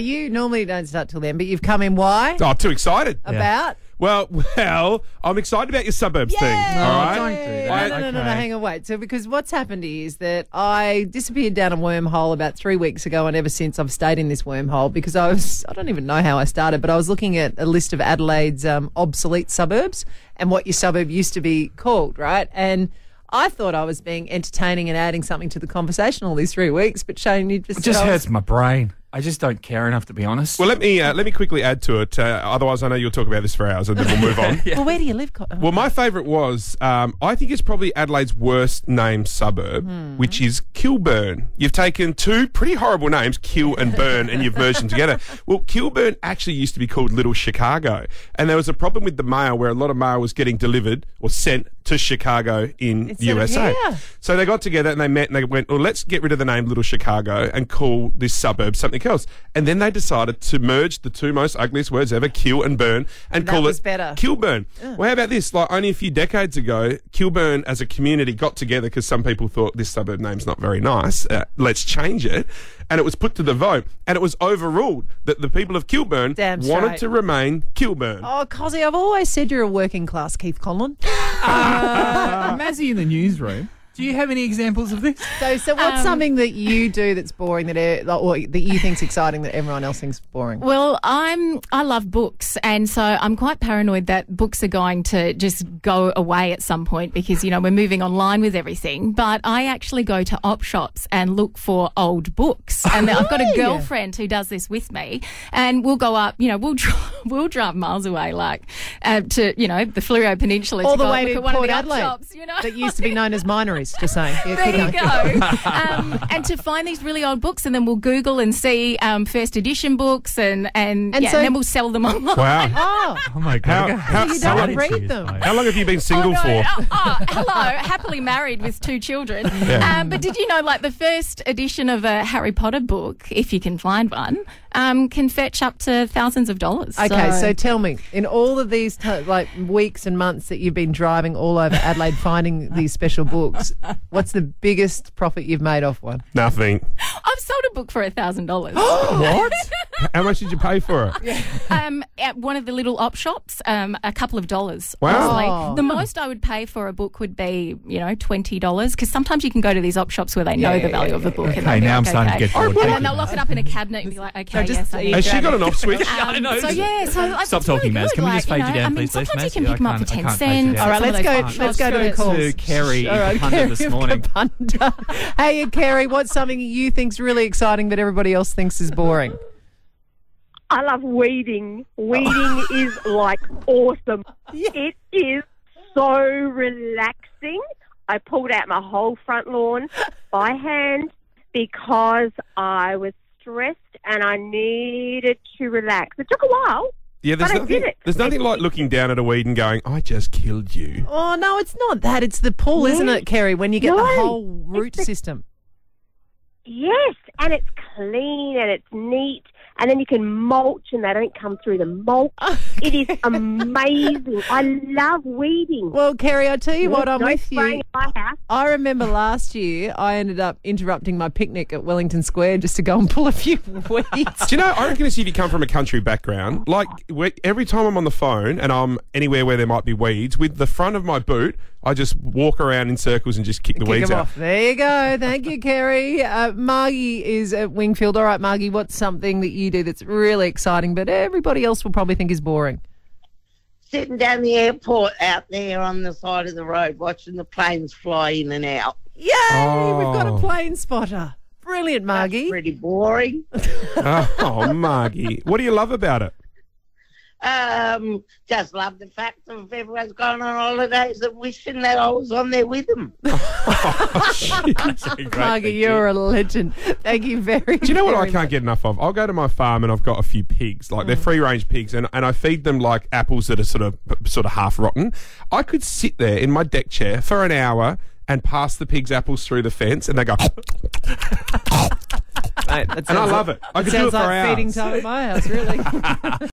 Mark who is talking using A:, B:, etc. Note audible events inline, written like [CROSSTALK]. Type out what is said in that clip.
A: You normally don't start till then, but you've come in. Why?
B: Oh, too excited.
A: About?
B: Well, well, I'm excited about your suburbs thing.
A: Yay!
B: All right.
C: don't do that.
A: No, no,
B: I-
A: no, no, no,
C: Okay.
A: hang on, wait. So, because what's happened is that I disappeared down a wormhole about three weeks ago, and ever since I've stayed in this wormhole because I was, I don't even know how I started, but I was looking at a list of Adelaide's um, obsolete suburbs and what your suburb used to be called, right? And I thought I was being entertaining and adding something to the conversation all these three weeks, but Shane, you just.
C: It just
A: said I was-
C: hurts my brain. I just don't care enough, to be honest.
B: Well, let me uh, let me quickly add to it. Uh, otherwise, I know you'll talk about this for hours, and then we'll move
C: [LAUGHS]
B: on.
A: Well, where do you live? Co-
B: Well, my favourite was um, I think it's probably Adelaide's worst named suburb,
A: Hmm.
B: which is Kilburn. You've taken two pretty horrible names, Kill and Burn, and you've merged them together. Well, Kilburn actually used to be called Little Chicago, and there was a problem with the mail where a lot of mail was getting delivered or sent to Chicago in
A: Instead of
B: USA.
A: here.
B: So they got together and they met and they went, well, let's get rid of the name Little Chicago and call this suburb something else. And then they decided to merge the two most ugliest words ever, kill and burn, and
A: That
B: call
A: was
B: it
A: better.
B: Kilburn. Well, how about this? Like only a few decades ago, Kilburn as a community got together because some people thought this suburb name's not very nice. Uh, let's change it. And it was put to the vote and it was overruled that the people of Kilburn
A: Damn
B: wanted
A: straight.
B: to remain Kilburn.
A: Oh, Cosy, I've always said you're a working class Keith Conlon.
C: uh, Mazzy in the newsroom. Do you have any examples of this?
A: So, so what's
D: Um,
A: something that you do that's boring that e- like, or that you think's exciting that everyone else thinks boring?
D: Well, I'm I love books, and so I'm quite paranoid that books are going to just go away at some point because you know we're moving online with everything. But I actually go to op shops and look for old books, and I've got a girlfriend who does this with me, and we'll go up. You know, we'll [LAUGHS] drive, we'll drive miles away, like uh, to you know the Fluoro Peninsula,
A: All
D: to
A: the
D: go
A: way
D: and look
A: to
D: at one
A: Port
D: of the
A: Adelaide
D: op shops. You know,
A: that used to
D: [LAUGHS]
A: be known as minories. Just saying. Yeah, keep
D: There you
A: going. [LAUGHS]
D: go. um, and to find these really old books, and then we'll Google and see um, first edition books, and and,
A: And
D: yeah,
A: so-
D: and then we'll sell them
A: [LAUGHS]
D: online.
B: Wow.
A: Oh,
C: Oh my god!
B: How- how-
A: you don't read them.
B: How long have you been
D: Oh,
B: single
D: no. [LAUGHS]
B: for?
D: Oh, oh, hello, happily married with two children.
B: Yeah.
D: Um, but did you know, like the first edition of a Harry Potter book, if you can find one, um, can fetch up to thousands of dollars.
A: Okay, so tell me, in all of these t- like weeks and months that you've been driving all over Adelaide finding these special books, what's the biggest profit you've made off one?
B: Nothing.
D: I've sold a book for a thousand
B: [GASPS]
D: dollars. [LAUGHS]
B: what? How much did you pay for it?
D: um, at one of the little op shops, um, a couple of dollars.
B: Wow.
D: honestly.
A: Oh.
D: The most I would pay for a book would be, you know, twenty dollars because sometimes you can go to these op shops where they know the value of a book.
C: Okay,
D: and they'll be
C: now I'm
D: like,
C: starting to
D: okay.
C: get bored.
D: And
C: Thank
D: then
C: you.
D: they'll lock it up in a cabinet and be like, okay,
A: just-
D: yes, I need
B: Has she
D: grab
B: got
D: it.
B: an off switch?
D: Um,
C: I know.
D: So yeah, so like,
C: Stop
D: it's
C: talking,
D: really
C: Maz.
D: good,
C: Can we
D: like,
C: just fade
D: you
C: you
D: know,
C: down,
D: I mean,
C: please, Les,
D: sometimes you
C: Maz?
D: can
C: Yeah,
D: pick them
C: I
D: up for
C: can't-
D: ten
C: I can't fade you
D: cents.
C: down.
A: All right, let's go.
D: Some of
A: Let's go to
D: those
A: the
D: parts.
A: calls.
C: To Kerry
A: All right,
C: in Punta
A: Kerry
C: this
A: of
C: morning.
A: Kapunda. [LAUGHS] hey, Kerry, what's something you think's really exciting that everybody else thinks is boring?
E: I love weeding.
A: Oh.
E: Weeding is like
A: [LAUGHS]
E: awesome. It is so relaxing. I pulled out my whole front
A: [LAUGHS]
E: lawn by hand because I was stressed and I needed to relax. It took a while.
B: Yeah, there's
E: But I
B: nothing.
E: did it.
B: There's nothing like looking down at a weed and going, "I just killed you."
A: Oh no, it's not that. It's the pull, isn't
E: Yes.
A: it, Kerry? When you get the
E: No.
A: whole root system.
E: Yes, and it's clean and it's neat. And then you can mulch and they don't come through the mulch. It
A: [LAUGHS]
E: is amazing. I love weeding.
A: Well, Kerry, I tell you what, I'm
E: No
A: with you.
E: spraying in my house.
A: I remember last year I ended up interrupting my picnic at Wellington Square just to go and pull a few [LAUGHS] weeds.
B: Do you know? I reckon it's if you come from a country background. Like where- every time I'm on the phone and I'm anywhere where there might be weeds, with the front of my boot, I just walk around in circles and just kick the
A: Kick
B: weeds
A: 'em
B: out.
A: off. There you go. Thank you, Kerry. Uh, Margie is at Wingfield. All right, Margie, what's something that you do that's really exciting, but everybody else will probably think is boring?
F: sitting down the airport out there on the side of the road watching the planes fly in and out.
A: Yay! We've got a
B: Oh.
A: plane spotter. Brilliant, Margie.
F: Pretty boring.
B: [LAUGHS] Oh, Margie, what do you love about it? [LAUGHS]
F: Um, just love the fact of everyone's going on holidays and wishing that I was on there with them.
B: Oh,
A: [LAUGHS] Margie, you're a legend. Thank you very
B: [LAUGHS] Do you know what I
A: very Mm.
B: can't get enough of? I'll go to my farm and I've got a few pigs, like they're free range pigs, and, and I feed them like apples that are sort of sort of half rotten. I could sit there in my deck chair for an hour and pass the pigs apples through the
A: [LAUGHS]
B: fence, and they go,
A: Mate, that
B: and I
A: sounds
B: love
A: like-
B: it. I
A: It
B: could do
A: sounds
B: it for
A: like feeding
B: hours.
A: time at my house, really.